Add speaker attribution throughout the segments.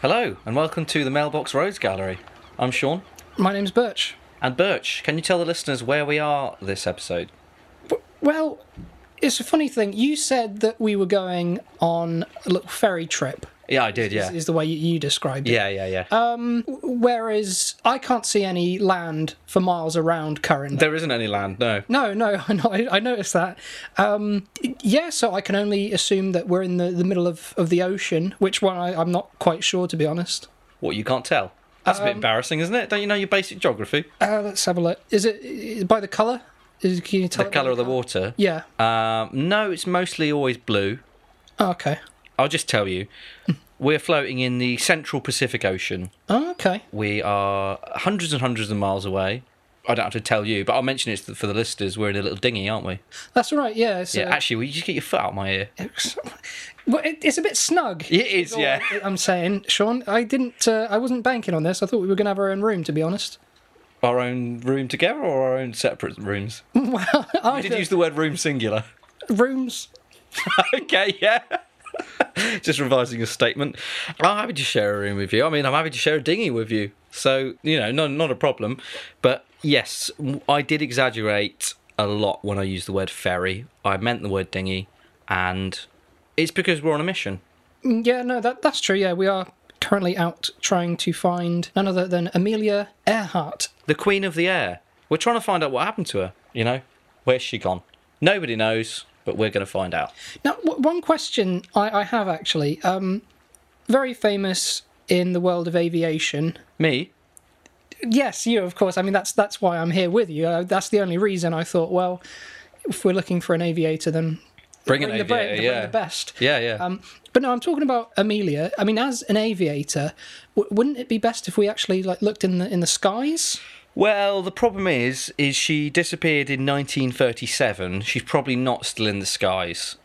Speaker 1: Hello, and welcome to the Mailbox Roads Gallery. I'm Sean.
Speaker 2: My name's Birch.
Speaker 1: And Birch, can you tell the listeners where we are this episode?
Speaker 2: W- Well, it's a funny thing. You said that we were going on a little ferry trip,
Speaker 1: Yeah, I did, yeah.
Speaker 2: is Uh, the way you you described it.
Speaker 1: Yeah, yeah, yeah.
Speaker 2: Whereas I can't see any land for miles around currently.
Speaker 1: there isn't any land, no.
Speaker 2: no, no, I know. I noticed that. Um, yeah, so I can only assume that we're in the, the middle of, of the ocean, which one I, I'm not quite sure, to be honest.
Speaker 1: What, you can't tell? That's a
Speaker 2: Um,
Speaker 1: bit embarrassing, isn't it? Don't you know your basic geography?
Speaker 2: Uh, let's have a look. Is it is it by the colour? Is, can you tell?
Speaker 1: The
Speaker 2: it by
Speaker 1: colour of the water?
Speaker 2: Yeah.
Speaker 1: Um, no, it's mostly always blue.
Speaker 2: Okay.
Speaker 1: I'll just tell you. We're floating in the central Pacific Ocean.
Speaker 2: Okay.
Speaker 1: We are hundreds and hundreds of miles away. I don't have to tell you, but I'll mention it for the listeners. We're in a little dinghy, aren't we?
Speaker 2: That's all right. Yeah. So,
Speaker 1: Yeah, actually, will you just get your foot out of my ear?
Speaker 2: Well, it, it's a bit snug.
Speaker 1: It is, yeah.
Speaker 2: I'm saying, Sean, I didn't. Uh, I wasn't banking on this. I thought we were going to have our own room, to be honest.
Speaker 1: our own room together or our own separate rooms?
Speaker 2: Well, I
Speaker 1: I did use the word room singular.
Speaker 2: rooms.
Speaker 1: okay, yeah. just revising a statement. I'm happy to share a room with you. I mean, I'm happy to share a dinghy with you. So, you know, no, not a problem. But yes, I did exaggerate a lot when I used the word ferry. I meant the word dinghy. And it's because we're on a mission.
Speaker 2: Mm, Yeah, no, that that's true. Yeah, we are currently out trying to find none other than Amelia Earhart.
Speaker 1: The Queen of the Air. We're trying to find out what happened to her. You know, where's she gone? Nobody knows, but we're going to find out.
Speaker 2: Now, w- one question I, I have actually, um, very famous in the world of aviation.
Speaker 1: Me?
Speaker 2: Yes, you of course. I mean, that's that's why I'm here with you. Uh, that's the only reason I thought. Well, if we're looking for an aviator, then
Speaker 1: Bring, an
Speaker 2: bring the,
Speaker 1: aviator,
Speaker 2: bra-
Speaker 1: yeah.
Speaker 2: bring the best.
Speaker 1: Yeah, yeah.
Speaker 2: Um, but no, I'm talking about Amelia. I mean, as an aviator, w- wouldn't it be best if we actually like looked in the in the skies?
Speaker 1: Well, the problem is, is she disappeared in 1937. She's probably not still in the skies.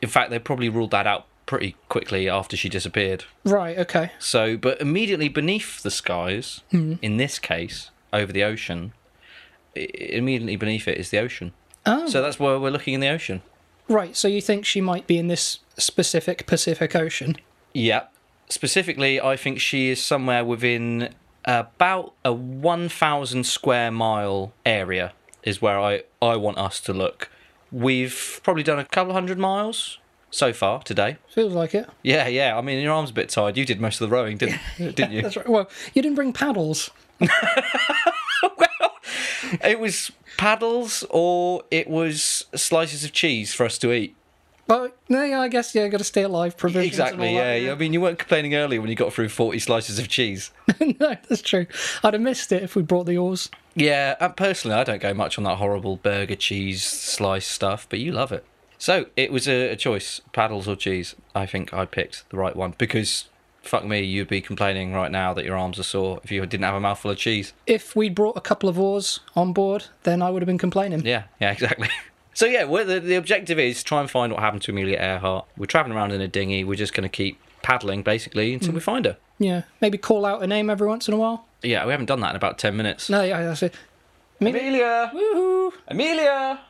Speaker 1: In fact, they probably ruled that out pretty quickly after she disappeared.
Speaker 2: Right. Okay.
Speaker 1: So, but immediately beneath the skies,
Speaker 2: Hmm.
Speaker 1: in this case, over the ocean, i- immediately beneath it is the ocean.
Speaker 2: Oh.
Speaker 1: So that's why we're looking in the ocean.
Speaker 2: Right. So you think she might be in this specific Pacific Ocean?
Speaker 1: Yeah. Specifically, I think she is somewhere within about a 1,000 square mile area, is where I, I want us to look. We've probably done a couple of hundred miles so far today.
Speaker 2: Feels like it.
Speaker 1: Yeah, yeah. I mean, your arm's a bit tired. You did most of the rowing, didn't, didn't you?
Speaker 2: That's right. Well, you didn't bring paddles.
Speaker 1: It was paddles or it was slices of cheese for us to eat.
Speaker 2: But no, yeah, I guess yeah, got to stay alive. Provisions.
Speaker 1: Exactly,
Speaker 2: And all
Speaker 1: yeah.
Speaker 2: that,
Speaker 1: I mean, you weren't complaining earlier when you got through 40 slices of cheese.
Speaker 2: no, that's true. I'd have missed it if we brought the oars.
Speaker 1: Yeah, uh, personally, I don't go much on that horrible burger cheese slice stuff, but you love it. So it was a, a choice: paddles or cheese. I think I picked the right one because fuck me, you'd be complaining right now that your arms are sore if you didn't have a mouthful of cheese.
Speaker 2: If we'd brought a couple of oars on board, then I would have been complaining.
Speaker 1: Yeah, yeah, exactly. So yeah, well, the, the objective is try and find what happened to Amelia Earhart. We're traveling around in a dinghy. We're just going to keep paddling basically until we find her.
Speaker 2: Yeah, maybe call out a name every once in a while.
Speaker 1: Yeah, we haven't done that in about ten minutes.
Speaker 2: No, yeah, that's it.
Speaker 1: Amelia,
Speaker 2: Woohoo!
Speaker 1: Amelia.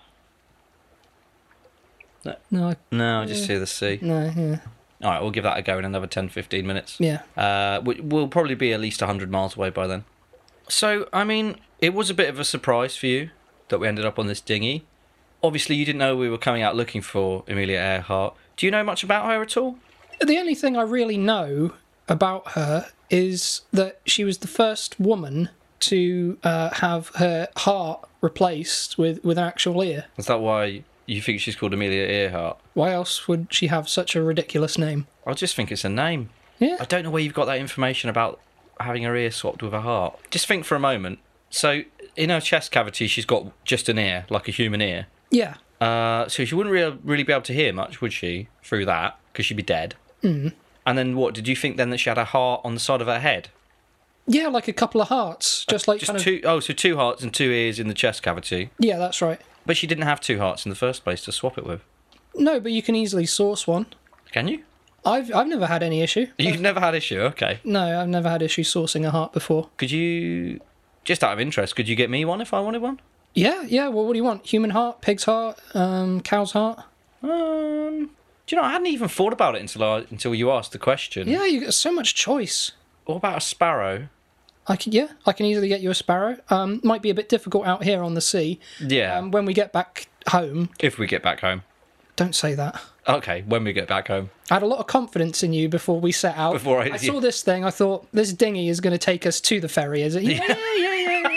Speaker 2: No, I-
Speaker 1: No, I just hear the sea.
Speaker 2: no, yeah,
Speaker 1: All right, we'll give that a go in another 10, 15 minutes.
Speaker 2: yeah.
Speaker 1: Uh, we- we'll probably be at least 100 miles away by then. So, I mean, it was a bit of a surprise for you that we ended up on this dinghy. Obviously, you didn't know we were coming out looking for Amelia Earhart. Do you know much about her at all?
Speaker 2: The only thing I really know about her is that she was the first woman to uh, have her heart replaced with with an actual ear.
Speaker 1: Is that why you think she's called Amelia Earhart?
Speaker 2: Why else would she have such a ridiculous name?
Speaker 1: I just think it's a name.
Speaker 2: Yeah.
Speaker 1: I don't know where you've got that information about having her ear swapped with a heart. Just think for a moment. So, in her chest cavity, she's got just an ear, like a human ear.
Speaker 2: Yeah.
Speaker 1: Uh, so she wouldn't rea- really be able to hear much, would she, through that? Because she'd be dead. Mm.
Speaker 2: Mm-hmm.
Speaker 1: And then what? Did you think then that she had a heart on the side of her head?
Speaker 2: Yeah, like a couple of hearts, just like
Speaker 1: Just
Speaker 2: kind of.
Speaker 1: two oh, so two hearts and two ears in the chest cavity.
Speaker 2: Yeah, that's right.
Speaker 1: But she didn't have two hearts in the first place to swap it with.
Speaker 2: No, but you can easily source one.
Speaker 1: Can you?
Speaker 2: I've I've never had any issue.
Speaker 1: You've never had issue, okay?
Speaker 2: No, I've never had issue sourcing a heart before.
Speaker 1: Could you, just out of interest, could you get me one if I wanted one?
Speaker 2: Yeah, yeah. Well, what do you want? Human heart, pig's heart, um, cow's heart.
Speaker 1: Um, do you know I hadn't even thought about it until I, until you asked the question.
Speaker 2: Yeah, you got so much choice.
Speaker 1: what about a sparrow?
Speaker 2: I can, yeah, I can easily get you a sparrow. Um, might be a bit difficult out here on the sea.
Speaker 1: Yeah,
Speaker 2: Um, when we get back home,
Speaker 1: if we get back home.
Speaker 2: don't say that.
Speaker 1: Okay, when we get back home.
Speaker 2: I had a lot of confidence in you before we set out.
Speaker 1: Before I-
Speaker 2: saw this thing, I thought this dinghy is going to take us to the ferry. Is it? Yeah, yeah, yeah, yeah.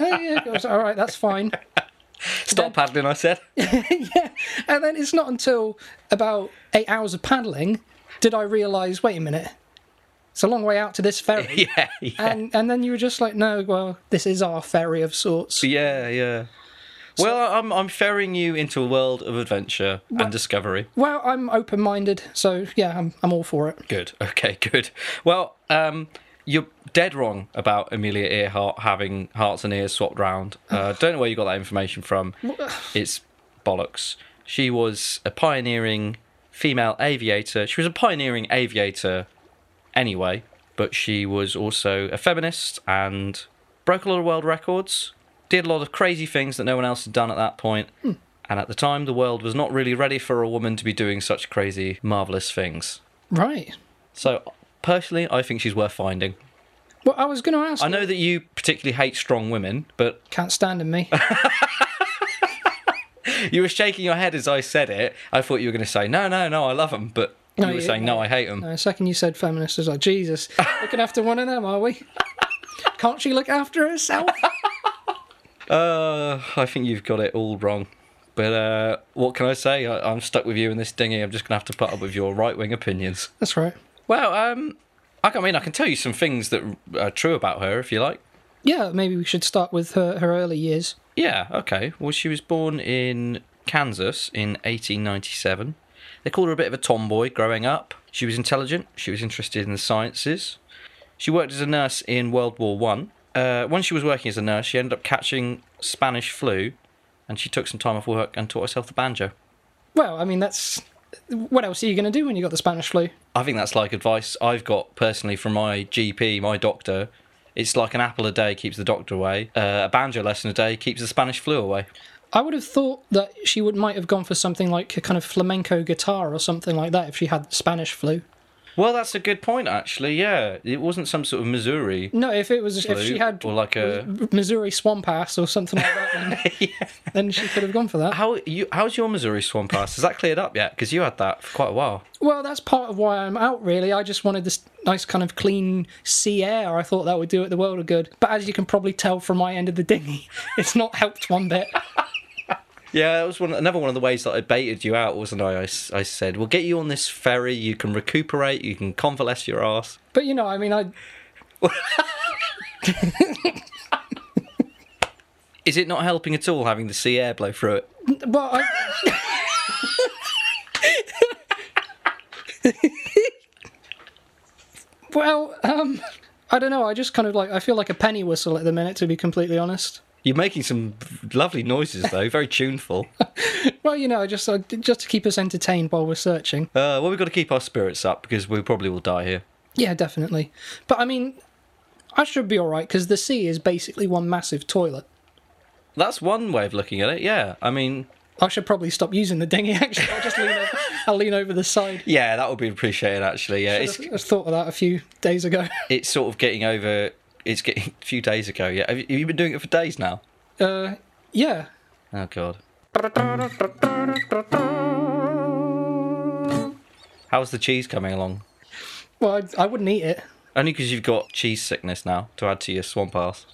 Speaker 2: yeah, yeah. I was, All right, that's fine.
Speaker 1: Stop paddling, I said.
Speaker 2: And then it's not until about eight hours of paddling did I realise. Wait a minute, it's a long way out to this ferry.
Speaker 1: yeah, yeah,
Speaker 2: And and then you were just like, no, well, this is our ferry of sorts.
Speaker 1: yeah, yeah. Well, I'm I'm ferrying you into a world of adventure and discovery.
Speaker 2: Well, I'm open-minded, so yeah, I'm I'm all for it.
Speaker 1: Good. Okay. Good. Well, um, you're dead wrong about Amelia Earhart having hearts and ears swapped round. Uh, don't know where you got that information from. It's bollocks. She was a pioneering female aviator. She was a pioneering aviator anyway, but she was also a feminist and broke a lot of world records, did a lot of crazy things that no one else had done at that point. And at the time, the world was not really ready for a woman to be doing such crazy, marvellous things.
Speaker 2: Right.
Speaker 1: So personally, I think she's worth finding.
Speaker 2: Well, I was going to ask.
Speaker 1: I know that you particularly hate strong women, but
Speaker 2: Can't stand in me.
Speaker 1: you were shaking your head as I said it. I thought you were going to say no, no, no, I love them, but you
Speaker 2: No,
Speaker 1: were
Speaker 2: you-
Speaker 1: saying no, I hate them.
Speaker 2: The second you said feminist, I was like, Jesus, looking after one of them, are we? Can't she look after herself?
Speaker 1: Uh, I think you've got it all wrong. But uh, what can I say? I, I'm stuck with you in this dinghy. I'm just going to have to put up with your right wing opinions.
Speaker 2: That's right.
Speaker 1: Well, um, I can- I mean, I can tell you some things that are true about her, if you like.
Speaker 2: Yeah, maybe we should start with her, her early years.
Speaker 1: Yeah, okay. Well, she was born in Kansas in 1897. They called her a bit of a tomboy growing up. She was intelligent. She was interested in the sciences. She worked as a nurse in World War One. Uh, when she was working as a nurse, she ended up catching Spanish flu, and she took some time off work and taught herself the banjo.
Speaker 2: Well, I mean, that's. What else are you going to do when you got the Spanish flu?
Speaker 1: I think that's like advice I've got personally from my GP, my doctor. It's like an apple a day keeps the doctor away. Uh, a banjo lesson a day keeps the Spanish flu away.
Speaker 2: I would have thought that she would might have gone for something like a kind of flamenco guitar or something like that if she had the Spanish flu.
Speaker 1: Well, that's a good point, actually. Yeah, it wasn't some sort of Missouri
Speaker 2: No, if it was if
Speaker 1: flu
Speaker 2: she had
Speaker 1: or like a
Speaker 2: Missouri swamp ass or something like that, then, then she could have gone for that.
Speaker 1: how you how's your Missouri swamp ass? Has that cleared up yet? Because you had that for quite a while.
Speaker 2: Well, that's part of why I'm out, really. I just wanted this nice kind of clean sea air. I thought that would do it the world of good. But as you can probably tell from my end of the dinghy, it's not helped one bit.
Speaker 1: Yeah, that was one, another one of the ways that I baited you out, wasn't I? I, s- I said, "We'll get you on this ferry. You can recuperate. You can convalesce your ass."
Speaker 2: But you know, I mean, I
Speaker 1: Is it not helping at all having the sea air blow through it?
Speaker 2: well, I, well, um, I don't know. I just kind of like I feel like a penny whistle at the minute, to be completely honest.
Speaker 1: You're making some lovely noises though, very tuneful. Uh,
Speaker 2: Well, you know, I just I, just to keep us entertained while we're searching.
Speaker 1: Uh, well, we've got to keep our spirits up because we probably will die here.
Speaker 2: Yeah, definitely. But I mean, I should be all right because the sea is basically one massive toilet.
Speaker 1: That's one way of looking at it. Yeah, I mean,
Speaker 2: I should probably stop using the dinghy. Actually, I'll just lean. Over, I'll lean over the side.
Speaker 1: yeah, that would be appreciated actually. Yeah,
Speaker 2: I
Speaker 1: it's
Speaker 2: just thought of that a few days ago.
Speaker 1: it's sort of getting over. It's getting a few days ago. Yeah, have you, have you been doing it for days now?
Speaker 2: Uh, yeah.
Speaker 1: Oh god. How's the cheese coming along?
Speaker 2: Well, I, I wouldn't eat it.
Speaker 1: Only because you've got cheese sickness now to add to your swamp ass.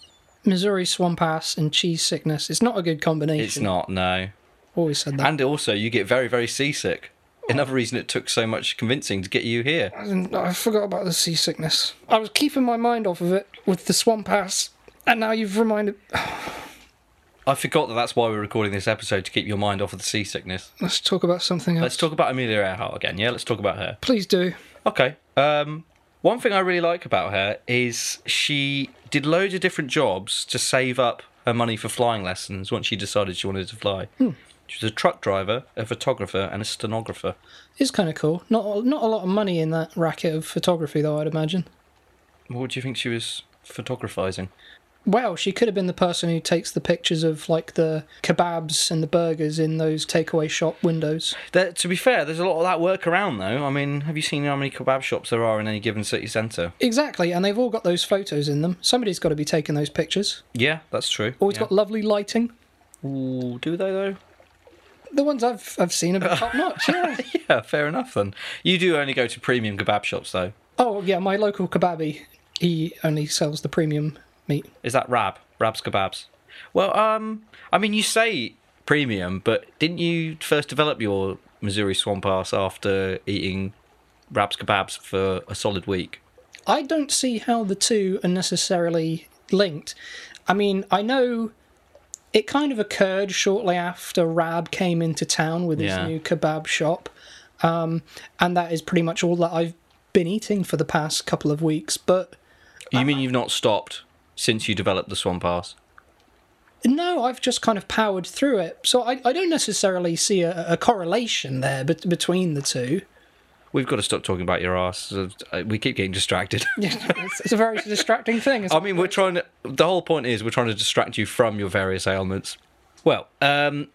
Speaker 2: Missouri swamp ass and cheese sickness. It's not a good combination.
Speaker 1: It's not no.
Speaker 2: Always said that.
Speaker 1: And also, you get very very seasick. Another reason it took so much convincing to get you here.
Speaker 2: And I forgot about the seasickness. I was keeping my mind off of it with the swamp ass, and now you've reminded.
Speaker 1: I forgot that that's why we're recording this episode to keep your mind off of the seasickness.
Speaker 2: Let's talk about something else.
Speaker 1: Let's talk about Amelia Earhart again. Yeah, let's talk about her.
Speaker 2: Please do.
Speaker 1: Okay. Um, one thing I really like about her is she did loads of different jobs to save up her money for flying lessons once she decided she wanted to fly.
Speaker 2: Hmm.
Speaker 1: She was a truck driver, a photographer, and a stenographer.
Speaker 2: It's kind of cool. Not not a lot of money in that racket of photography, though. I'd imagine.
Speaker 1: What do you think she was photographizing?
Speaker 2: wow, she could have been the person who takes the pictures of like the kebabs and the burgers in those takeaway shop windows.
Speaker 1: There, to be fair, there's a lot of that work around, though. I mean, have you seen how many kebab shops there are in any given city centre?
Speaker 2: Exactly, and they've all got those photos in them. Somebody's got to be taking those pictures.
Speaker 1: Yeah, that's true.
Speaker 2: Always
Speaker 1: yeah.
Speaker 2: got lovely lighting.
Speaker 1: Ooh, do they though?
Speaker 2: The ones I've I've seen have been top notch. Yeah.
Speaker 1: Yeah, fair enough then. You do only go to premium kebab shops though.
Speaker 2: Oh yeah, my local kebabi, he only sells the premium meat.
Speaker 1: Is that Rab? Rab's kebabs. Well, um, I mean, you say premium, but didn't you first develop your Missouri swamp ass after eating Rab's kebabs for a solid week?
Speaker 2: I don't see how the two are necessarily linked. I mean, I know it kind of occurred shortly after Rab came into town with his
Speaker 1: Yeah.
Speaker 2: new kebab shop, um, and that is pretty much all that I've been eating for the past couple of weeks. But
Speaker 1: You mean you've not stopped since you developed the swamp ass?
Speaker 2: no, I've just kind of powered through it. So I, I don't necessarily see a, a correlation there bet between the two.
Speaker 1: We've got to stop talking about your ass. Uh, We keep getting distracted.
Speaker 2: it's, it's a very distracting thing. It's
Speaker 1: I mean, we're trying to. The whole point is we're trying to distract you from your various ailments. Well, um,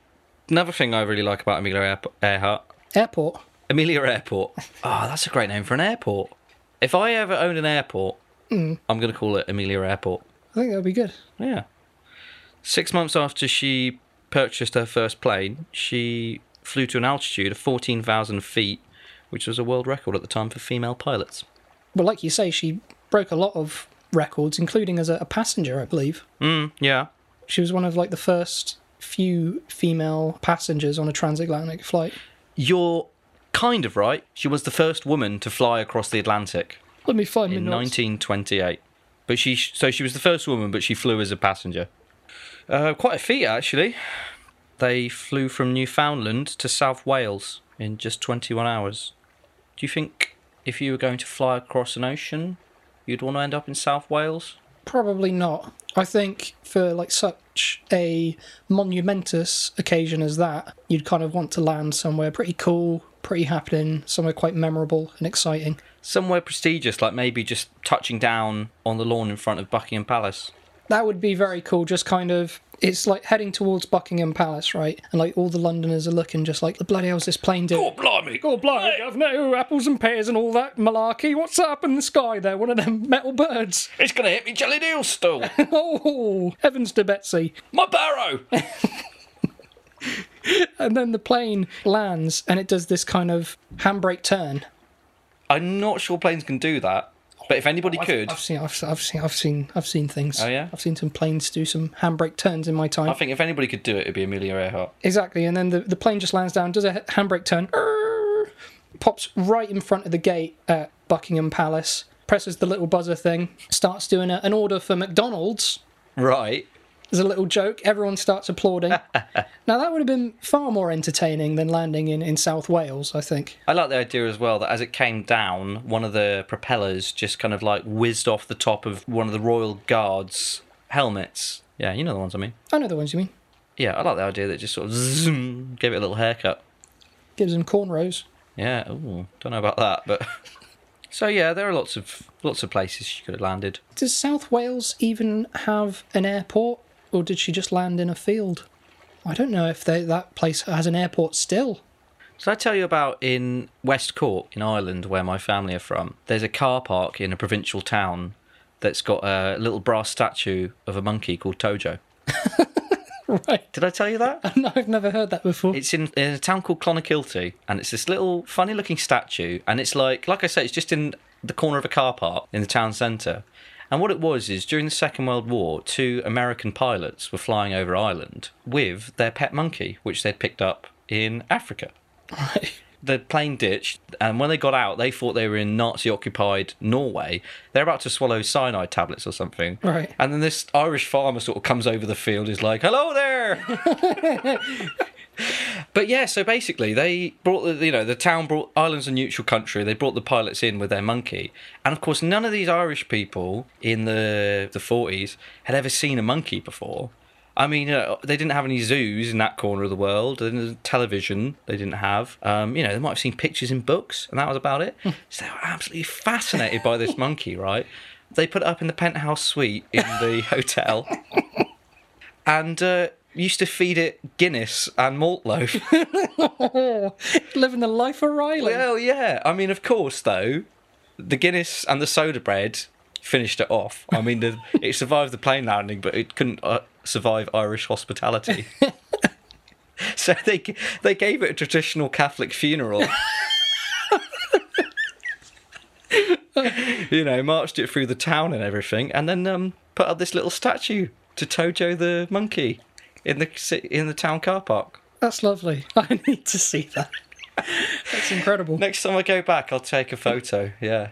Speaker 1: another thing I really like about Amelia Earp- Earhart,
Speaker 2: airport.
Speaker 1: Amelia Airport. Ah, that's a great name for an airport. If I ever own an airport, I'm going to call it Amelia Airport.
Speaker 2: I think that would be good.
Speaker 1: Yeah. Six months after she purchased her first plane, she flew to an altitude of 14,000 feet, which was a world record at the time for female pilots.
Speaker 2: Well, like you say, she broke a lot of records, including as a, a passenger, I believe.
Speaker 1: Mm, yeah.
Speaker 2: She was one of like the first few female passengers on a transatlantic flight.
Speaker 1: You're kind of right. She was the first woman to fly across the Atlantic.
Speaker 2: Let me find
Speaker 1: in
Speaker 2: my notes.
Speaker 1: 1928. But she, so she was the first woman, but she flew as a passenger. Uh, quite a feat, actually. They flew from Newfoundland to South Wales in just 21 hours. Do you think if you were going to fly across an ocean, you'd want to end up in South Wales?
Speaker 2: Probably not. I think for like such a monumentous occasion as that, you'd kind of want to land somewhere pretty cool, pretty happening, somewhere quite memorable and exciting.
Speaker 1: Somewhere prestigious, like maybe just touching down on the lawn in front of Buckingham Palace.
Speaker 2: That would be very cool. Just kind of, it's like heading towards Buckingham Palace, right? And like all the Londoners are looking just like, the bloody hell's this plane doing?
Speaker 1: blimey!
Speaker 2: Oh, bloody, I've no apples and pears and all that malarkey. What's up in the sky there? One of them metal birds.
Speaker 1: It's going to hit me jelly deal stool!
Speaker 2: Oh, heavens to Betsy.
Speaker 1: My barrow!
Speaker 2: And then the plane lands and it does this kind of handbrake turn.
Speaker 1: I'm not sure planes can do that, but if anybody could,
Speaker 2: I've seen, I've, I've seen, I've seen, I've seen things.
Speaker 1: Oh, yeah?
Speaker 2: I've seen some planes do some handbrake turns in my time.
Speaker 1: I think if anybody could do it, it'd be Amelia Earhart.
Speaker 2: Exactly. And then the, the plane just lands down, does a handbrake turn, err, pops right in front of the gate at Buckingham Palace, presses the little buzzer thing, starts doing a, an order for McDonald's.
Speaker 1: Right.
Speaker 2: There's a little joke. Everyone starts applauding. now, that would have been far more entertaining than landing in, in South Wales, I think.
Speaker 1: I like the idea as well that as it came down, one of the propellers just kind of like whizzed off the top of one of the Royal Guard's helmets. Yeah, you know the ones I mean.
Speaker 2: I know the ones you mean.
Speaker 1: Yeah, I like the idea that it just sort of zoom, gave it a little haircut.
Speaker 2: Gives them cornrows.
Speaker 1: Yeah, ooh, don't know about that, but so yeah, there are lots of lots of places she could have landed.
Speaker 2: Does South Wales even have an airport, or did she just land in a field? I don't know if they, that place has an airport still.
Speaker 1: Did I tell you about in West Cork, in Ireland, where my family are from? There's a car park in a provincial town that's got a little brass statue of a monkey called Tojo.
Speaker 2: Right.
Speaker 1: Did I tell you that?
Speaker 2: No, I've never heard that before.
Speaker 1: It's in, in a town called Clonakilty, and it's this little funny looking statue. And it's like, like I say, it's just in the corner of a car park in the town centre. And what it was is during the Second World War, two American pilots were flying over Ireland with their pet monkey, which they'd picked up in Africa. the plane ditched, and when they got out, they thought they were in Nazi occupied Norway. They're about to swallow cyanide tablets or something.
Speaker 2: Right.
Speaker 1: And then this Irish farmer sort of comes over the field, is like, hello there. But yeah, so basically, they brought the you know the town brought Ireland's a neutral country. They brought the pilots in with their monkey, and of course, none of these Irish people in the the forties had ever seen a monkey before. I mean, uh, they didn't have any zoos in that corner of the world. They didn't have television they didn't have. Um, you know, they might have seen pictures in books, and that was about it. so they were absolutely fascinated by this monkey, right? They put it up in the penthouse suite in the hotel, and uh, used to feed it Guinness and malt loaf.
Speaker 2: Living the life of Riley.
Speaker 1: well, yeah. I mean, of course, though, the Guinness and the soda bread finished it off. I mean, the, it survived the plane landing, but it couldn't uh, survive Irish hospitality. so they g- they gave it a traditional Catholic funeral. you know, marched it through the town and everything, and then um, put up this little statue to Tojo the monkey in the ci- in the town car park.
Speaker 2: That's lovely. I need to see that. That's incredible.
Speaker 1: Next time I go back, I'll take a photo. Yeah.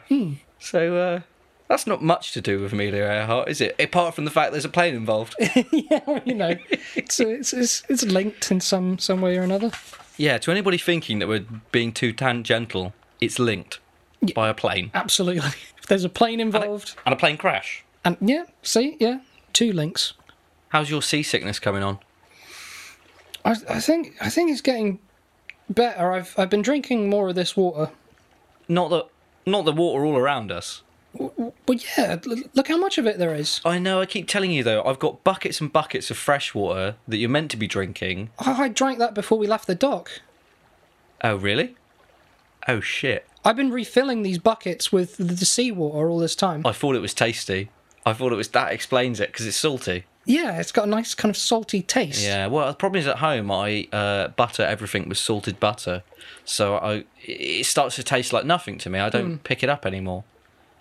Speaker 1: So uh, that's not much to do with Amelia Earhart, is it? Apart from the fact there's a plane involved.
Speaker 2: yeah, you know, it's, it's it's it's linked in some some way or another.
Speaker 1: yeah. To anybody thinking that we're being too tangential, it's linked by a plane
Speaker 2: Absolutely. If there's a plane involved,
Speaker 1: and a plane crash.
Speaker 2: and yeah, see, yeah, two links.
Speaker 1: How's your seasickness coming on?
Speaker 2: I, I think I think it's getting better. I've I've been drinking more of this water.
Speaker 1: Not the not the water all around us.
Speaker 2: But yeah, l- look how much of it there is.
Speaker 1: I know. I keep telling you though. I've got buckets and buckets of fresh water that you're meant to be drinking.
Speaker 2: I, I drank that before we left the dock.
Speaker 1: Oh really? Oh shit.
Speaker 2: I've been refilling these buckets with the, the seawater all this time.
Speaker 1: I thought it was tasty. I thought it was that explains it because it's salty.
Speaker 2: Yeah, it's got a nice kind of salty taste.
Speaker 1: Yeah, well, the problem is at home I uh, butter everything with salted butter, so I it starts to taste like nothing to me. I don't pick it up anymore.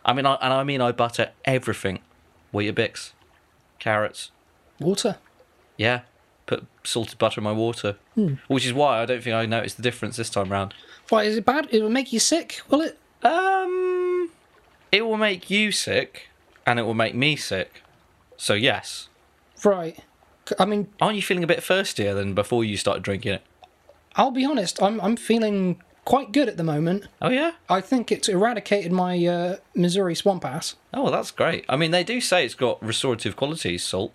Speaker 1: I mean, I, and I mean I butter everything: Weetabix, carrots.
Speaker 2: Water.
Speaker 1: Yeah, put salted butter in my water, which is why I don't think I noticed the difference this time round.
Speaker 2: Why is it bad? It will make you sick, will it?
Speaker 1: Um, it will make you sick, and it will make me sick. So yes,
Speaker 2: Right. C- I mean,
Speaker 1: aren't you feeling a bit thirstier than before you started drinking it?
Speaker 2: I'll be honest. I'm I'm feeling quite good at the moment.
Speaker 1: Oh yeah.
Speaker 2: I think it's eradicated my uh, Missouri swamp ass.
Speaker 1: Oh, well, that's great. I mean, they do say it's got restorative qualities, salt.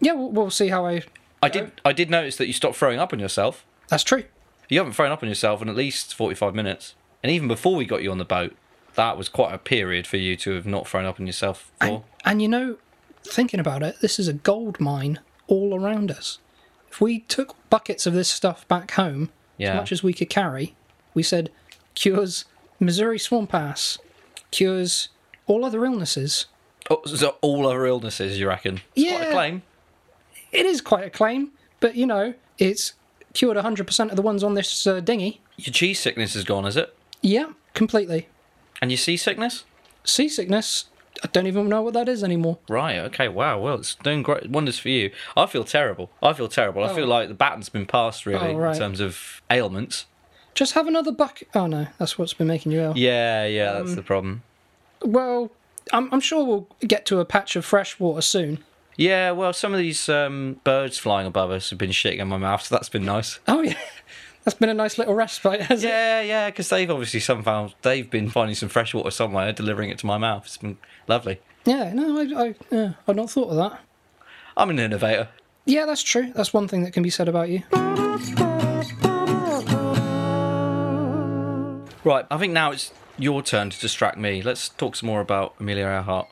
Speaker 2: Yeah, we'll, we'll see how I.
Speaker 1: I did I did notice that you stopped throwing up on yourself.
Speaker 2: That's true.
Speaker 1: You haven't thrown up on yourself in at least 45 minutes. And even before we got you on the boat, that was quite a period for you to have not thrown up on yourself for.
Speaker 2: And you know, thinking about it, this is a gold mine all around us. If we took buckets of this stuff back home,
Speaker 1: Yeah.
Speaker 2: as much as we could carry, we said cures Missouri swamp ass, cures all other illnesses.
Speaker 1: Oh, so all other illnesses, you reckon? Quite a
Speaker 2: Yeah.
Speaker 1: claim.
Speaker 2: It is quite a claim, but you know, it's cured 100% of the ones on this uh, dinghy.
Speaker 1: Your cheese sickness is gone, is it?
Speaker 2: Yeah, completely.
Speaker 1: And your seasickness?
Speaker 2: Seasickness, I don't even know what that is anymore.
Speaker 1: Right, okay, wow. Well, it's doing great wonders for you. I feel terrible. I feel terrible. I feel like the baton's been passed, really,
Speaker 2: Oh, right.
Speaker 1: in terms of ailments.
Speaker 2: Just have another bucket. Oh no, that's what's been making you ill.
Speaker 1: Yeah, yeah,
Speaker 2: Um,
Speaker 1: that's the problem.
Speaker 2: Well, I'm, I'm sure we'll get to a patch of fresh water soon.
Speaker 1: Yeah, well, some of these um, birds flying above us have been shitting in my mouth, so that's been nice.
Speaker 2: Oh yeah, that's been a nice little respite, hasn't it?
Speaker 1: Yeah, yeah, because they've obviously somehow they've been finding some fresh water somewhere, delivering it to my mouth. It's been lovely.
Speaker 2: Yeah, no, I, I, yeah, I'd not thought of that.
Speaker 1: I'm an innovator.
Speaker 2: Yeah, that's true. That's one thing that can be said about you.
Speaker 1: Right, I think now it's your turn to distract me. Let's talk some more about Amelia Earhart.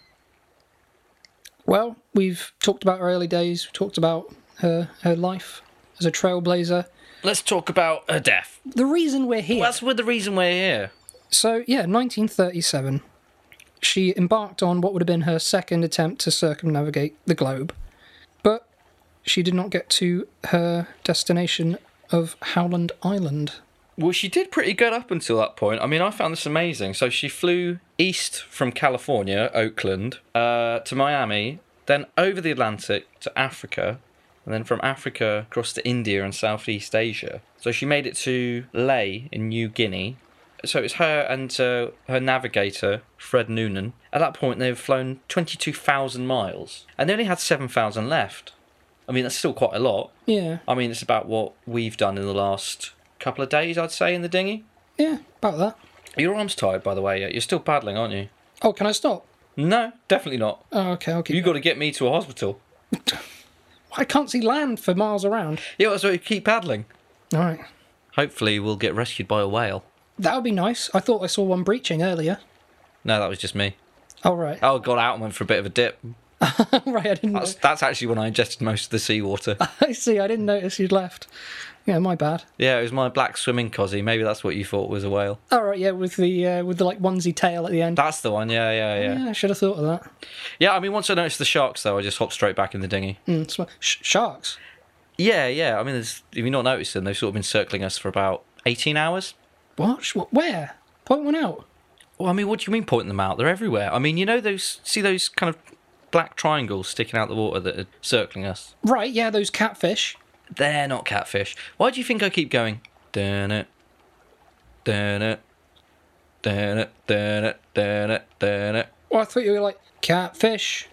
Speaker 2: Well, we've talked about her early days. We talked about her her life as a trailblazer.
Speaker 1: Let's talk about her death.
Speaker 2: The reason we're here.
Speaker 1: That's what the reason we're here.
Speaker 2: So, yeah, 1937. She embarked on what would have been her second attempt to circumnavigate the globe, but she did not get to her destination of Howland Island.
Speaker 1: Well, she did pretty good up until that point. I mean, I found this amazing. So she flew east from California, Oakland, uh, to Miami, then over the Atlantic to Africa, and then from Africa across to India and Southeast Asia. So she made it to Ley in New Guinea. So it's her and uh, her navigator, Fred Noonan. At that point, they've flown 22,000 miles, and they only had 7,000 left. I mean, that's still quite a lot.
Speaker 2: Yeah,
Speaker 1: I mean, it's about what we've done in the last couple of days, I'd say, in the dinghy.
Speaker 2: yeah, about that.
Speaker 1: Your arm's tired, by the way. You're still paddling, aren't you?
Speaker 2: Oh, can I stop?
Speaker 1: No, definitely not.
Speaker 2: Oh, okay, okay.
Speaker 1: You've got to get me to a hospital.
Speaker 2: I can't see land for miles around.
Speaker 1: Yeah, that's why you keep paddling.
Speaker 2: All right,
Speaker 1: Hopefully, we'll get rescued by a whale.
Speaker 2: that would be nice. I thought I saw one breaching earlier.
Speaker 1: No, that was just me.
Speaker 2: Oh, right.
Speaker 1: Oh, got out and went for a bit of a dip.
Speaker 2: right, I didn't
Speaker 1: That's, that's actually when I ingested most of the seawater.
Speaker 2: know- I see, I didn't notice you'd left. Yeah, my bad.
Speaker 1: yeah, it was my black swimming cozzy. Maybe that's what you thought was a whale.
Speaker 2: All right, yeah, with the uh, with the like onesie tail at the end.
Speaker 1: That's the one. Yeah, yeah, yeah.
Speaker 2: yeah, I should have thought of that.
Speaker 1: Yeah, I mean, once I noticed the sharks, though, I just hopped straight back in the dinghy.
Speaker 2: Mm, sm- sh- sharks.
Speaker 1: Yeah, yeah. I mean, there's, if you've not noticed them, they've sort of been circling us for about 18 hours.
Speaker 2: What? Sh- what? Where? Point one out.
Speaker 1: Well, I mean, what do you mean pointing them out? They're everywhere. I mean, you know those, see those kind of black triangles sticking out the water that are circling us?
Speaker 2: Right, yeah, those catfish.
Speaker 1: They're not catfish. Why do you think I keep going? Dun it, dun it, dun it, dun it, dun it, dun it.
Speaker 2: Well, I thought you were like catfish,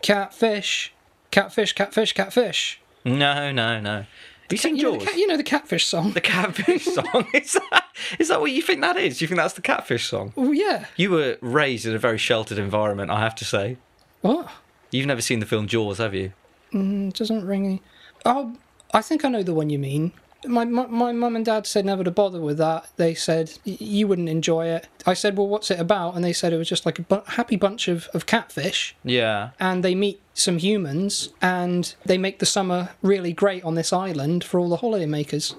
Speaker 2: catfish, catfish, catfish, catfish.
Speaker 1: No, no, no. Have you seen
Speaker 2: You know, the
Speaker 1: Jaws?
Speaker 2: cat, you know the catfish song.
Speaker 1: The catfish song is that? Is that what you think that is? Do you think that's the catfish song?
Speaker 2: Oh yeah.
Speaker 1: You were raised in a very sheltered environment, I have to say.
Speaker 2: What?
Speaker 1: You've never seen the film Jaws, have you?
Speaker 2: It doesn't ring. any- Oh, I think I know the one you mean. My my my mum and dad said never to bother with that. They said "Y- you wouldn't enjoy it. I said, well, what's it about? And they said it was just like a bu- happy bunch of, of catfish,
Speaker 1: Yeah.
Speaker 2: and they meet some humans, and they make the summer really great on this island for all the holidaymakers.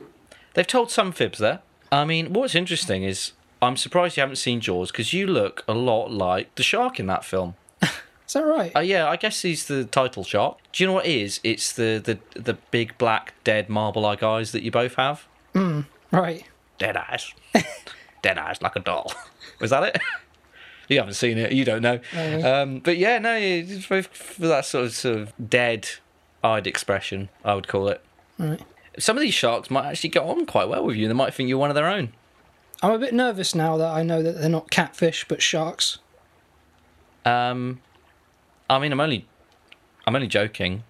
Speaker 1: They've told some fibs there. I mean, what's interesting is I'm surprised you haven't seen Jaws because you look a lot like the shark in that film.
Speaker 2: Is that right?
Speaker 1: Uh, yeah, I guess he's the title shark. Do you know what it is? It's the the, the big black dead marble like eyes that you both have.
Speaker 2: right.
Speaker 1: Dead eyes. dead eyes like a doll. Was that it? You haven't seen it, you don't know. Um, but yeah, no, it's very- for that sort of, sort of dead eyed expression, I would call it.
Speaker 2: Right.
Speaker 1: Some of these sharks might actually get on quite well with you. They might think you're one of their own.
Speaker 2: I'm a bit nervous now that I know that they're not catfish but sharks.
Speaker 1: Um, I mean, I'm only, I'm only joking.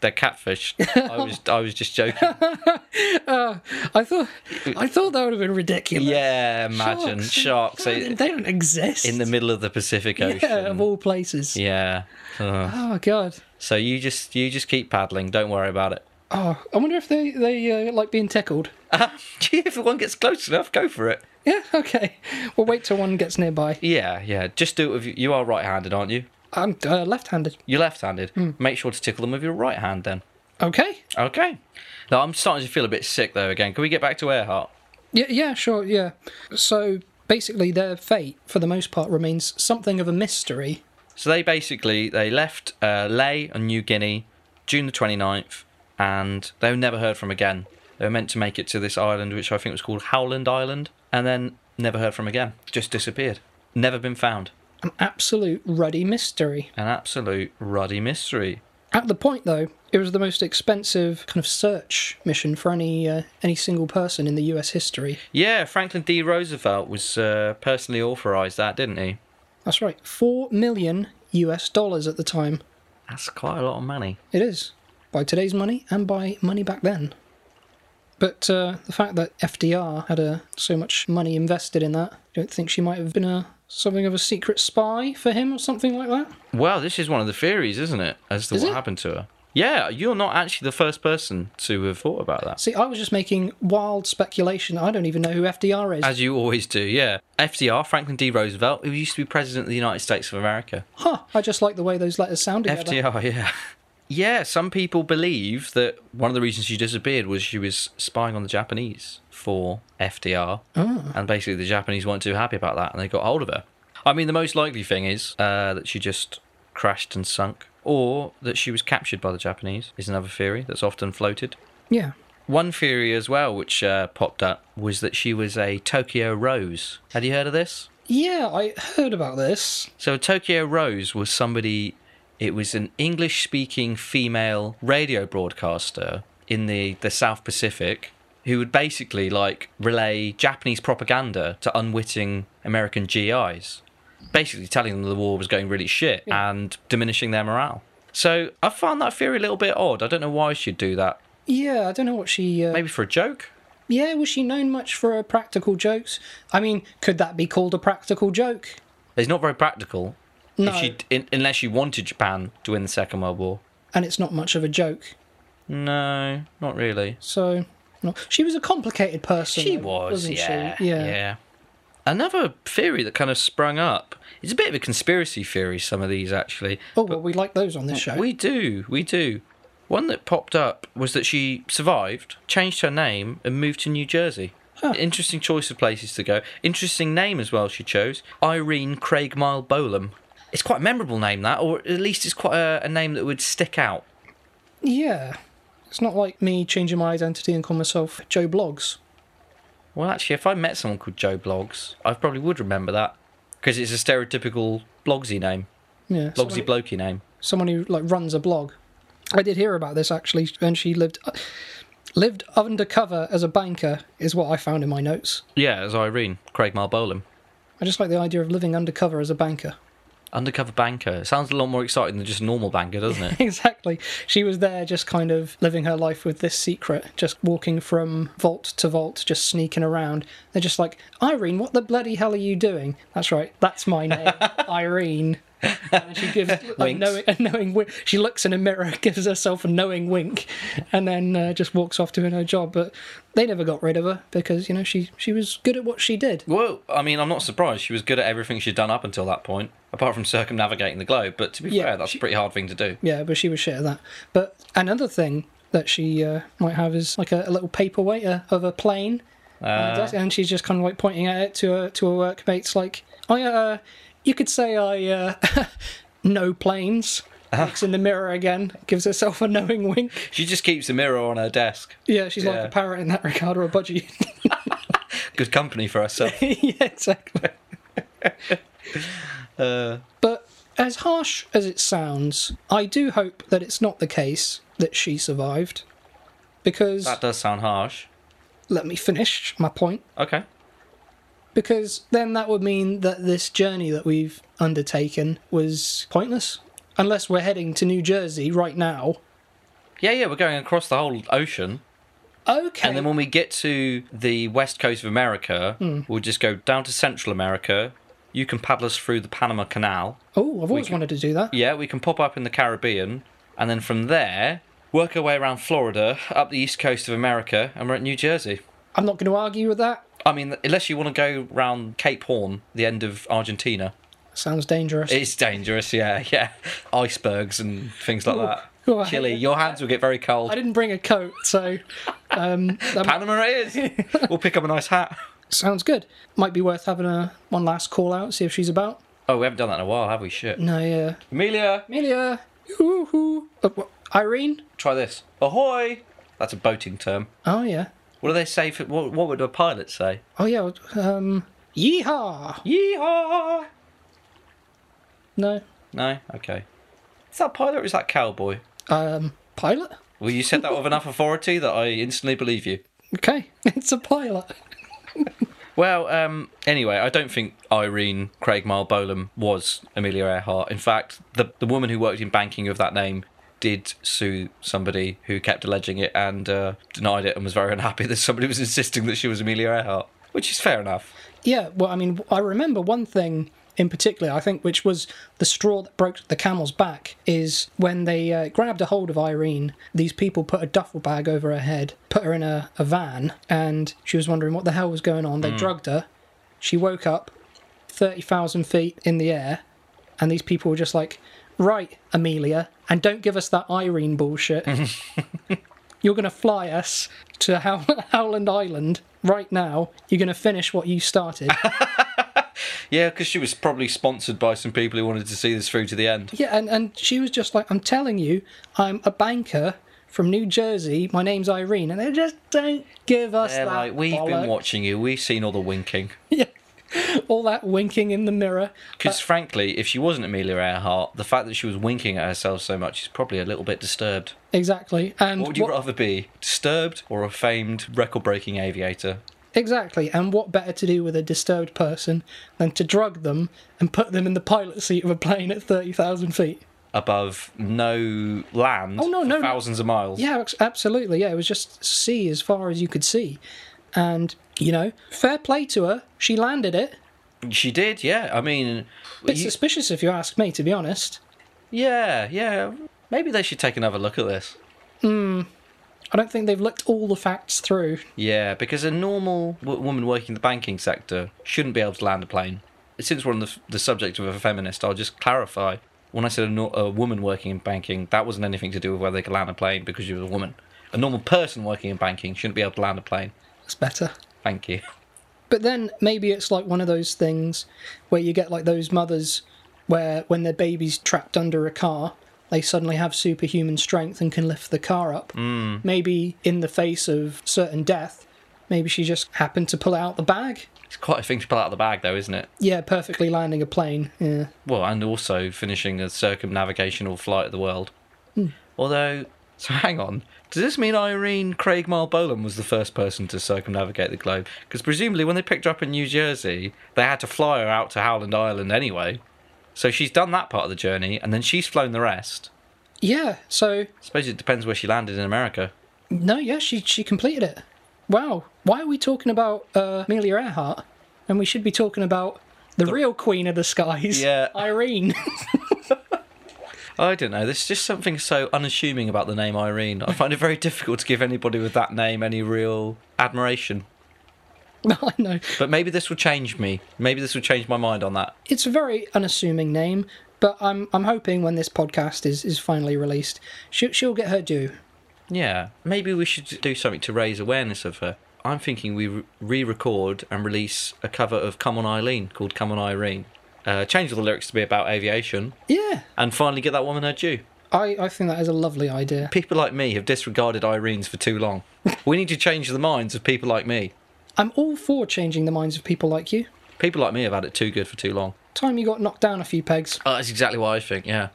Speaker 1: They're catfish. I was, I was just joking.
Speaker 2: I thought I thought that would have been ridiculous.
Speaker 1: Yeah, imagine sharks,
Speaker 2: They,
Speaker 1: in
Speaker 2: they don't exist
Speaker 1: the middle of the Pacific Ocean.
Speaker 2: yeah, of all places.
Speaker 1: Yeah. Ugh.
Speaker 2: Oh god.
Speaker 1: So you just, you just keep paddling. Don't worry about it.
Speaker 2: Oh, I wonder if they they uh, like being tickled.
Speaker 1: if one gets close enough, go for it.
Speaker 2: Yeah. Okay. We'll wait till one gets nearby.
Speaker 1: Yeah, yeah. Just do it. With, you are right-handed, aren't you?
Speaker 2: I'm uh, left-handed.
Speaker 1: You're left-handed. Make sure to tickle them with your right hand then.
Speaker 2: Okay.
Speaker 1: Okay. Now I'm starting to feel a bit sick though. Again, can we get back to Earhart?
Speaker 2: Yeah. Yeah. Sure. Yeah. So basically, their fate, for the most part, remains something of a mystery.
Speaker 1: So they basically they left uh, Ley on New Guinea, June the 29th, and they were never heard from again. They were meant to make it to this island, which I think was called Howland Island, and then never heard from again. Just disappeared. Never been found.
Speaker 2: An absolute ruddy mystery.
Speaker 1: An absolute ruddy mystery.
Speaker 2: At the point, though, it was the most expensive kind of search mission for any uh, any single person in the U.S. history.
Speaker 1: Yeah, Franklin D. Roosevelt was uh, personally authorised that, didn't he?
Speaker 2: That's right, four million U.S. dollars at the time.
Speaker 1: That's quite a lot of money.
Speaker 2: It is by today's money and by money back then. But uh, the fact that FDR had uh, so much money invested in that, don't think she might have been a something of a secret spy for him or something like that.
Speaker 1: Well, this is one of the theories, isn't it, as to
Speaker 2: Is
Speaker 1: what
Speaker 2: it?
Speaker 1: happened to her? Yeah, you're not actually the first person to have thought about that.
Speaker 2: See, I was just making wild speculation. I don't even know who FDR is.
Speaker 1: As you always do, yeah. FDR, Franklin D. Roosevelt, who used to be president of the United States of America.
Speaker 2: huh? I just like the way those letters sound together.
Speaker 1: FDR, yeah. Yeah, some people believe that one of the reasons she disappeared was she was spying on the Japanese for FDR. And basically, the Japanese weren't too happy about that and they got hold of her. I mean, the most likely thing is uh, that she just crashed and sunk, or that she was captured by the Japanese, is another theory that's often floated.
Speaker 2: Yeah.
Speaker 1: One theory as well, which uh, popped up, was that she was a Tokyo Rose. Had you heard of this?
Speaker 2: Yeah, I heard about this.
Speaker 1: So Tokyo Rose was somebody. It was an English-speaking female radio broadcaster in the the South Pacific who would basically like relay Japanese propaganda to unwitting American GIs, basically telling them the war was going really shit and diminishing their morale. So I found that theory a little bit odd. I don't know why she'd do that.
Speaker 2: Yeah, I don't know what she. Uh,
Speaker 1: Maybe for a joke.
Speaker 2: yeah, was she known much for her practical jokes? I mean, could that be called a practical joke?
Speaker 1: It's not very practical.
Speaker 2: No.
Speaker 1: If she, in, unless she wanted Japan to win the Second World War.
Speaker 2: And it's not much of a joke.
Speaker 1: No, not really.
Speaker 2: So, no. she was a complicated person.
Speaker 1: She
Speaker 2: though,
Speaker 1: was,
Speaker 2: wasn't
Speaker 1: yeah,
Speaker 2: she? Yeah.
Speaker 1: yeah. Another theory that kind of sprung up. It's a bit of a conspiracy theory. Some of these actually.
Speaker 2: Oh, well, we like those on this show.
Speaker 1: We do, we do. One that popped up was that she survived, changed her name, and moved to New Jersey. Interesting choice of places to go. Interesting name as well she chose Irene Craigmile Bolam. It's quite a memorable name, that, or at least it's quite a, a name that would stick out.
Speaker 2: yeah. It's not like me changing my identity and call myself Joe Blogs.
Speaker 1: Well, actually, if I met someone called Joe Blogs, I probably would remember that because it's a stereotypical Blogsy name,
Speaker 2: Yeah.
Speaker 1: Blogsy Blokey name.
Speaker 2: someone who like runs a blog. I did hear about this actually, and she lived uh, lived undercover as a banker is what I found in my notes.
Speaker 1: Yeah, as Irene Craigmile Bolam.
Speaker 2: I just like the idea of living undercover as a banker.
Speaker 1: Undercover banker. It sounds a lot more exciting than just a normal banker, doesn't it?
Speaker 2: Exactly. She was there just kind of living her life with this secret, just walking from vault to vault, just sneaking around. They're just like, Irene, what the bloody hell are you doing? That's right, that's my name, Irene. And she gives a
Speaker 1: Winks.
Speaker 2: knowing, a knowing wink. She looks in a mirror, gives herself a knowing wink, and then uh, just walks off doing her job. But they never got rid of her because, you know, she, she was good at what she did.
Speaker 1: Well, I mean, I'm not surprised. She was good at everything she'd done up until that point, apart from circumnavigating the globe. But to be
Speaker 2: Yeah,
Speaker 1: fair, that's a pretty hard thing to do.
Speaker 2: Yeah, but she was shit at that. But another thing that she uh, might have is like a, a little paperweight uh, of a plane, uh, just- and she's just kind of like pointing at it to her to her workmates, like, "I, uh, you could say I uh, know planes." Looks in the mirror again, gives herself a knowing wink.
Speaker 1: She just keeps a mirror on her desk.
Speaker 2: Yeah, she's like
Speaker 1: Yeah.
Speaker 2: a parrot in that regard, or a budgie.
Speaker 1: Good company for herself.
Speaker 2: yeah, exactly.
Speaker 1: Uh,
Speaker 2: But as harsh as it sounds, I do hope that it's not the case that she survived, because
Speaker 1: that does sound harsh.
Speaker 2: let me finish my point
Speaker 1: Okay.
Speaker 2: because then that would mean that this journey that we've undertaken was pointless unless we're heading to New Jersey right now.
Speaker 1: Yeah, yeah, we're going across the whole ocean.
Speaker 2: Okay. Hmm.
Speaker 1: And then when we get to the west coast of America, we'll just go down to Central America. You can paddle us through the Panama Canal.
Speaker 2: oh, I've always wanted to do that.
Speaker 1: Yeah, we can pop up in the Caribbean. And then from there, work our way around Florida, up the east coast of America, and we're at New Jersey.
Speaker 2: I'm not going to argue with that.
Speaker 1: I mean, unless you want to go round Cape Horn, the end of Argentina.
Speaker 2: Sounds dangerous.
Speaker 1: It's dangerous, yeah, yeah. Icebergs and things like
Speaker 2: Ooh, I
Speaker 1: that.
Speaker 2: hate
Speaker 1: Chile,
Speaker 2: it.
Speaker 1: your hands will get very cold.
Speaker 2: I didn't bring a coat, so um, that
Speaker 1: Panama it is. we'll pick up a nice hat.
Speaker 2: sounds good. Might be worth having a one last call out, see if she's about.
Speaker 1: Oh, we haven't done that in a while, have we? Shit.
Speaker 2: No, yeah.
Speaker 1: Amelia,
Speaker 2: Amelia. Yoo-hoo. Uh, wh- Irene.
Speaker 1: try this. Ahoy! That's a boating term.
Speaker 2: Oh yeah.
Speaker 1: What do they say? For, what, what would a pilot say?
Speaker 2: Oh yeah. Um. Yeehaw.
Speaker 1: Yeehaw!
Speaker 2: No.
Speaker 1: No? Okay. Is that pilot or is that cowboy?
Speaker 2: Um. Pilot.
Speaker 1: Well, you said that with enough authority that I instantly believe you.
Speaker 2: Okay, it's a pilot.
Speaker 1: Well, um, anyway, I don't think Irene Craigmile Bolam was Amelia Earhart. In fact, the the woman who worked in banking of that name did sue somebody who kept alleging it and uh, denied it and was very unhappy that somebody was insisting that she was Amelia Earhart, which is fair enough.
Speaker 2: Yeah, well, I mean, I remember one thing in particular, I think, which was the straw that broke the camel's back, is when they uh, grabbed a hold of Irene, these people put a duffel bag over her head, put her in a, a van, and she was wondering what the hell was going on. They drugged her. She woke up 30,000 feet in the air, and these people were just like, right, Amelia, and don't give us that Irene bullshit. You're going to fly us to How- Howland Island right now. You're going to finish what you started.
Speaker 1: Yeah, because she was probably sponsored by some people who wanted to see this through to the end.
Speaker 2: yeah, and, and she was just like, I'm telling you, I'm a banker from New Jersey. My name's Irene. And they just don't give us
Speaker 1: They're
Speaker 2: that.
Speaker 1: like, we've been
Speaker 2: bollock."
Speaker 1: watching you, we've seen all the winking.
Speaker 2: Yeah. All that winking in the mirror.
Speaker 1: Because frankly, if she wasn't Amelia Earhart, the fact that she was winking at herself so much is probably a little bit disturbed.
Speaker 2: Exactly. And
Speaker 1: What would you
Speaker 2: what-
Speaker 1: rather be, disturbed or a famed record breaking aviator?
Speaker 2: Exactly, and what better to do with a disturbed person than to drug them and put them in the pilot seat of a plane at 30,000 feet?
Speaker 1: Above no land
Speaker 2: Oh, no,
Speaker 1: for
Speaker 2: no, no.
Speaker 1: thousands of miles.
Speaker 2: Yeah, ex- absolutely. Yeah, it was just sea as far as you could see. And, you know, fair play to her. She landed it.
Speaker 1: She did, yeah. I mean,
Speaker 2: Bit
Speaker 1: you-
Speaker 2: suspicious, if you ask me, to be honest.
Speaker 1: yeah, yeah. Maybe they should take another look at this.
Speaker 2: I don't think they've looked all the facts through.
Speaker 1: Yeah, because a normal w- woman working in the banking sector shouldn't be able to land a plane. Since we're on the, f- the subject of a feminist, I'll just clarify. When I said a, nor- a woman working in banking, that wasn't anything to do with whether they could land a plane because she was a woman. A normal person working in banking shouldn't be able to land a plane.
Speaker 2: It's better.
Speaker 1: Thank you.
Speaker 2: But then maybe it's like one of those things where you get like those mothers where when their baby's trapped under a car, they suddenly have superhuman strength and can lift the car up. Mm. Maybe in the face of certain death, maybe she just happened to pull out the bag.
Speaker 1: It's quite a thing to pull out of the bag, though, isn't it?
Speaker 2: Yeah, perfectly landing a plane. Yeah.
Speaker 1: Well, and also finishing a circumnavigational flight of the world. Although, so hang on. Does this mean Irene Craig Mile Bolan was the first person to circumnavigate the globe? Because presumably, when they picked her up in New Jersey, they had to fly her out to Howland Island anyway. So she's done that part of the journey, and then she's flown the rest.
Speaker 2: Yeah, so
Speaker 1: I suppose it depends where she landed in America.
Speaker 2: no, yeah, she she completed it. Wow. Why are we talking about uh, Amelia Earhart? And we should be talking about the, real queen of the skies,
Speaker 1: Yeah.
Speaker 2: Irene.
Speaker 1: I don't know. There's just something so unassuming about the name Irene. I find it very difficult to give anybody with that name any real admiration.
Speaker 2: I know.
Speaker 1: But maybe this will change me. Maybe this will change my mind on that.
Speaker 2: it's a very unassuming name, but I'm I'm hoping when this podcast is, is finally released, she, she'll get her due.
Speaker 1: Yeah, maybe we should do something to raise awareness of her. I'm thinking we re record and release a cover of Come On Eileen called Come On Irene. Uh, change all the lyrics to be about aviation
Speaker 2: Yeah,
Speaker 1: and finally get that woman her due.
Speaker 2: I, I think that is a lovely idea.
Speaker 1: People like me have disregarded Irene's for too long. we need to change the minds of people like me.
Speaker 2: I'm all for changing the minds of people like you.
Speaker 1: People like me have had it too good for too long.
Speaker 2: Time you got knocked down a few pegs.
Speaker 1: Oh, that's exactly what I think, yeah.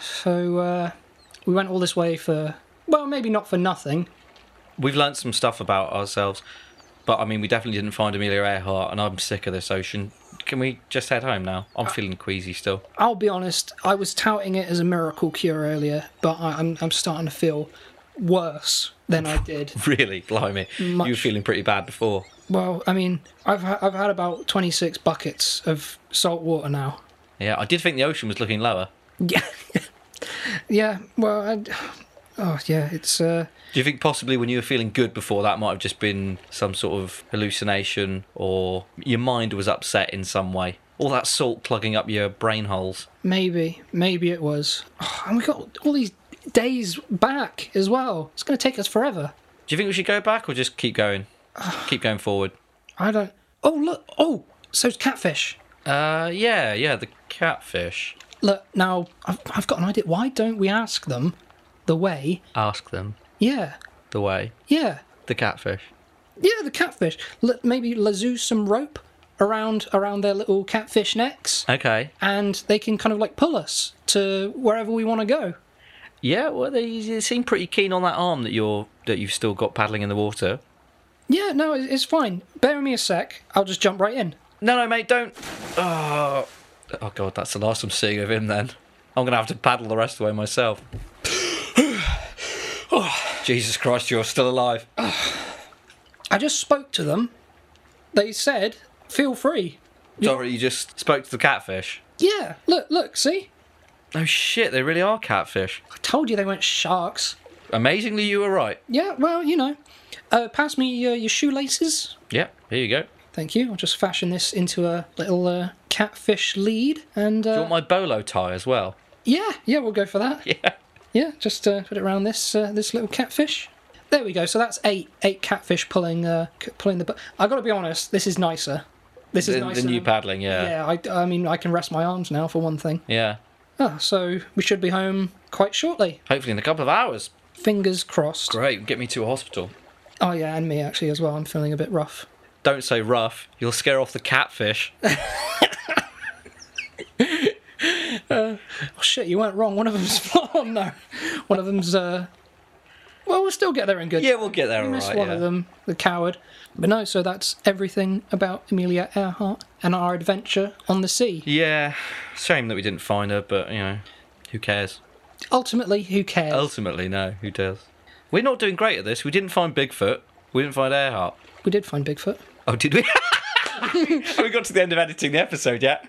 Speaker 2: So uh, we went all this way for well, maybe not for nothing.
Speaker 1: We've learnt some stuff about ourselves, but I mean, we definitely didn't find Amelia Earhart, and I'm sick of this ocean. Can we just head home now? I'm feeling queasy still.
Speaker 2: I'll be honest, I was touting it as a miracle cure earlier, but I, I'm I'm starting to feel worse than I did.
Speaker 1: Really, blimey.
Speaker 2: Much-
Speaker 1: You were feeling pretty bad before.
Speaker 2: Well, I mean, I've ha- I've had about 26 buckets of salt water now.
Speaker 1: Yeah, I did think the ocean was looking lower.
Speaker 2: Yeah, yeah. Well, I, oh yeah, it's uh,
Speaker 1: Do you think possibly when you were feeling good before that might have just been some sort of hallucination or your mind was upset in some way? All that salt clogging up your brain holes.
Speaker 2: maybe maybe it was. Oh, and we got all these days back as well. It's going to take us forever.
Speaker 1: Do you think we should go back or just keep going? keep going forward.
Speaker 2: I don't. Oh look. Oh, so it's catfish.
Speaker 1: Uh, yeah, yeah, the catfish.
Speaker 2: Look now, I've I've got an idea. Why don't we ask them the way?
Speaker 1: Ask them
Speaker 2: Yeah,
Speaker 1: the way.
Speaker 2: yeah,
Speaker 1: The catfish.
Speaker 2: yeah. The catfish. L- maybe lazoo some rope around around their little catfish necks,
Speaker 1: Okay.
Speaker 2: and they can kind of like pull us to wherever we want to go.
Speaker 1: Yeah, well, they, they seem pretty keen on that arm that you're that you've still got paddling in the water.
Speaker 2: Yeah, no, it- it's fine. Bear with me a sec. I'll just jump right in.
Speaker 1: No, no, mate, don't. Oh, oh God, that's the last I'm seeing of him then. I'm going to have to paddle the rest of the way myself. oh, Jesus Christ, you're still alive.
Speaker 2: I just spoke to them. They said, "Feel free."
Speaker 1: Sorry, you just spoke to the catfish.
Speaker 2: Yeah, look, look, see?
Speaker 1: Oh shit, they really are catfish.
Speaker 2: I told you they weren't sharks.
Speaker 1: Amazingly, you were right.
Speaker 2: Yeah, well, you know. Uh, pass me uh, your shoelaces.
Speaker 1: Yep, here you go.
Speaker 2: Thank you. I'll just fashion this into a little uh, catfish lead, and uh,
Speaker 1: Want my bolo tie as well?
Speaker 2: yeah, yeah, we'll go for that.
Speaker 1: Yeah.
Speaker 2: Yeah, just uh, put it around this uh, this little catfish. There we go. So that's eight eight catfish pulling uh, c- pulling the. Bu- I got to be honest. This is nicer. This is
Speaker 1: The,
Speaker 2: nicer.
Speaker 1: the new
Speaker 2: than-
Speaker 1: paddling, yeah.
Speaker 2: Yeah, I, I mean, I can rest my arms now for one thing.
Speaker 1: Yeah.
Speaker 2: Ah, so we should be home quite shortly.
Speaker 1: Hopefully in a couple of hours.
Speaker 2: Fingers crossed.
Speaker 1: Great, get me to a hospital.
Speaker 2: Oh, yeah, and me actually as well. I'm feeling a bit rough.
Speaker 1: Don't say rough, you'll scare off the catfish.
Speaker 2: Oh, shit, you weren't wrong. One of them's. oh, no. One of them's. Uh... Well, we'll still get there in good.
Speaker 1: yeah, we'll get there
Speaker 2: I missed
Speaker 1: alright.
Speaker 2: one
Speaker 1: yeah.
Speaker 2: of them, the coward. But no, so that's everything about Amelia Earhart and our adventure on the sea.
Speaker 1: Yeah, shame that we didn't find her, but you know, who cares?
Speaker 2: Ultimately, who cares?
Speaker 1: Ultimately, no, who does? We're not doing great at this. We didn't find Bigfoot. We didn't find Earhart.
Speaker 2: we did find Bigfoot.
Speaker 1: Oh, did we? Have we got to the end of editing the episode yet?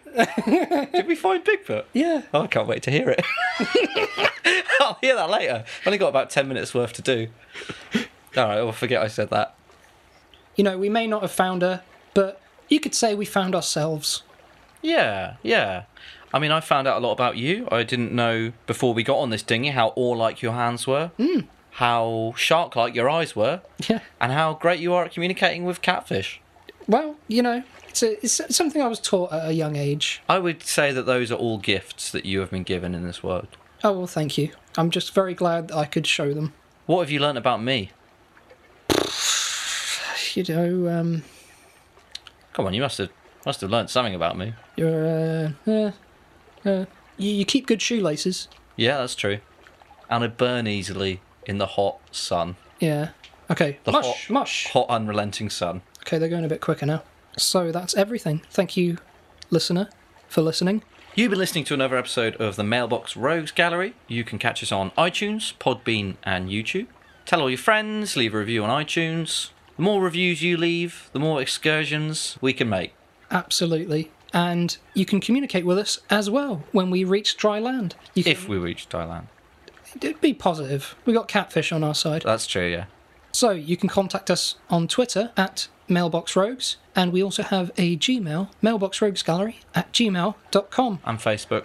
Speaker 1: Did we find Bigfoot?
Speaker 2: Yeah.
Speaker 1: Oh, I can't wait to hear it. I'll hear that later. I've only got about 10 minutes worth to do. All right, I'll forget I said that.
Speaker 2: You know, we may not have found her, but you could say we found ourselves.
Speaker 1: Yeah, yeah. I mean, I found out a lot about you. I didn't know before we got on this dinghy how oar like your hands were, how shark like your eyes were,
Speaker 2: Yeah.
Speaker 1: and how great you are at communicating with catfish.
Speaker 2: Well, you know, it's, a, it's something I was taught at a young age.
Speaker 1: I would say that those are all gifts that you have been given in this world.
Speaker 2: Oh, well, thank you. I'm just very glad that I could show them.
Speaker 1: What have you learnt about me?
Speaker 2: You know, um,
Speaker 1: Come on, you must have must have learnt something about me.
Speaker 2: you're, uh, uh, uh, you, you keep good shoelaces.
Speaker 1: Yeah, that's true. And I burn easily in the hot sun,
Speaker 2: Yeah. Okay.
Speaker 1: The
Speaker 2: mush,
Speaker 1: hot-
Speaker 2: mush.
Speaker 1: hot unrelenting sun.
Speaker 2: Okay, they're going a bit quicker now. So that's everything. Thank you, listener, for listening.
Speaker 1: You've been listening to another episode of the Mailbox Rogues Gallery. You can catch us on iTunes, Podbean, and YouTube. Tell all your friends, leave a review on iTunes. The more reviews you leave, the more excursions we can make.
Speaker 2: Absolutely. And you can communicate with us as well when we reach dry land. You can
Speaker 1: If we reach Thailand.
Speaker 2: d- be positive. We got catfish on our side.
Speaker 1: That's true, yeah.
Speaker 2: So you can contact us on Twitter at mailboxrogues, and we also have a Gmail, mailboxroguesgallery at gmail.com,
Speaker 1: And Facebook.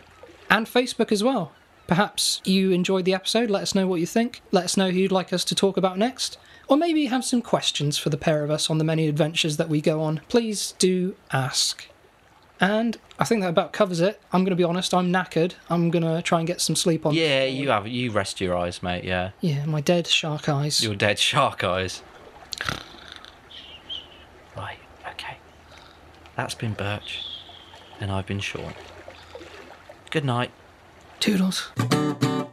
Speaker 2: and Facebook as well. Perhaps you enjoyed the episode. Let us know what you think. Let us know who you'd like us to talk about next. Or maybe you have some questions for the pair of us on the many adventures that we go on. Please do ask. And I think that about covers it. I'm going to be honest, I'm knackered. I'm going to try and get some sleep on.
Speaker 1: Yeah, you have you rest your eyes, mate, yeah.
Speaker 2: Yeah, my dead shark eyes.
Speaker 1: Your dead shark eyes. Right, okay. That's been Birch. And I've been Sean. Good night.
Speaker 2: Toodles.
Speaker 3: Come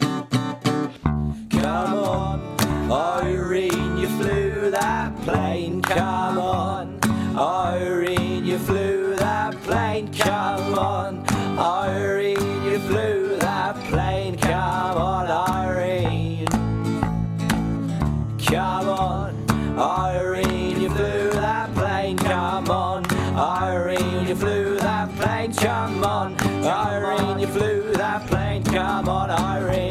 Speaker 3: on, Irene, you flew that plane. Come on, Irene, you flew that plane. Come on, Irene, you flew that plane. Come on, Irene. Come on, Irene, you flew that plane. Come on, Irene, you flew that plane. Come on, Irene, you flew that plane. Come on, Irene.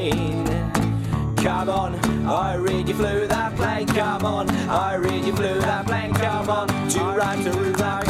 Speaker 3: Come on, Irene, you flew that plane. Come on, Irene, you flew that plane. Come on, to right to root that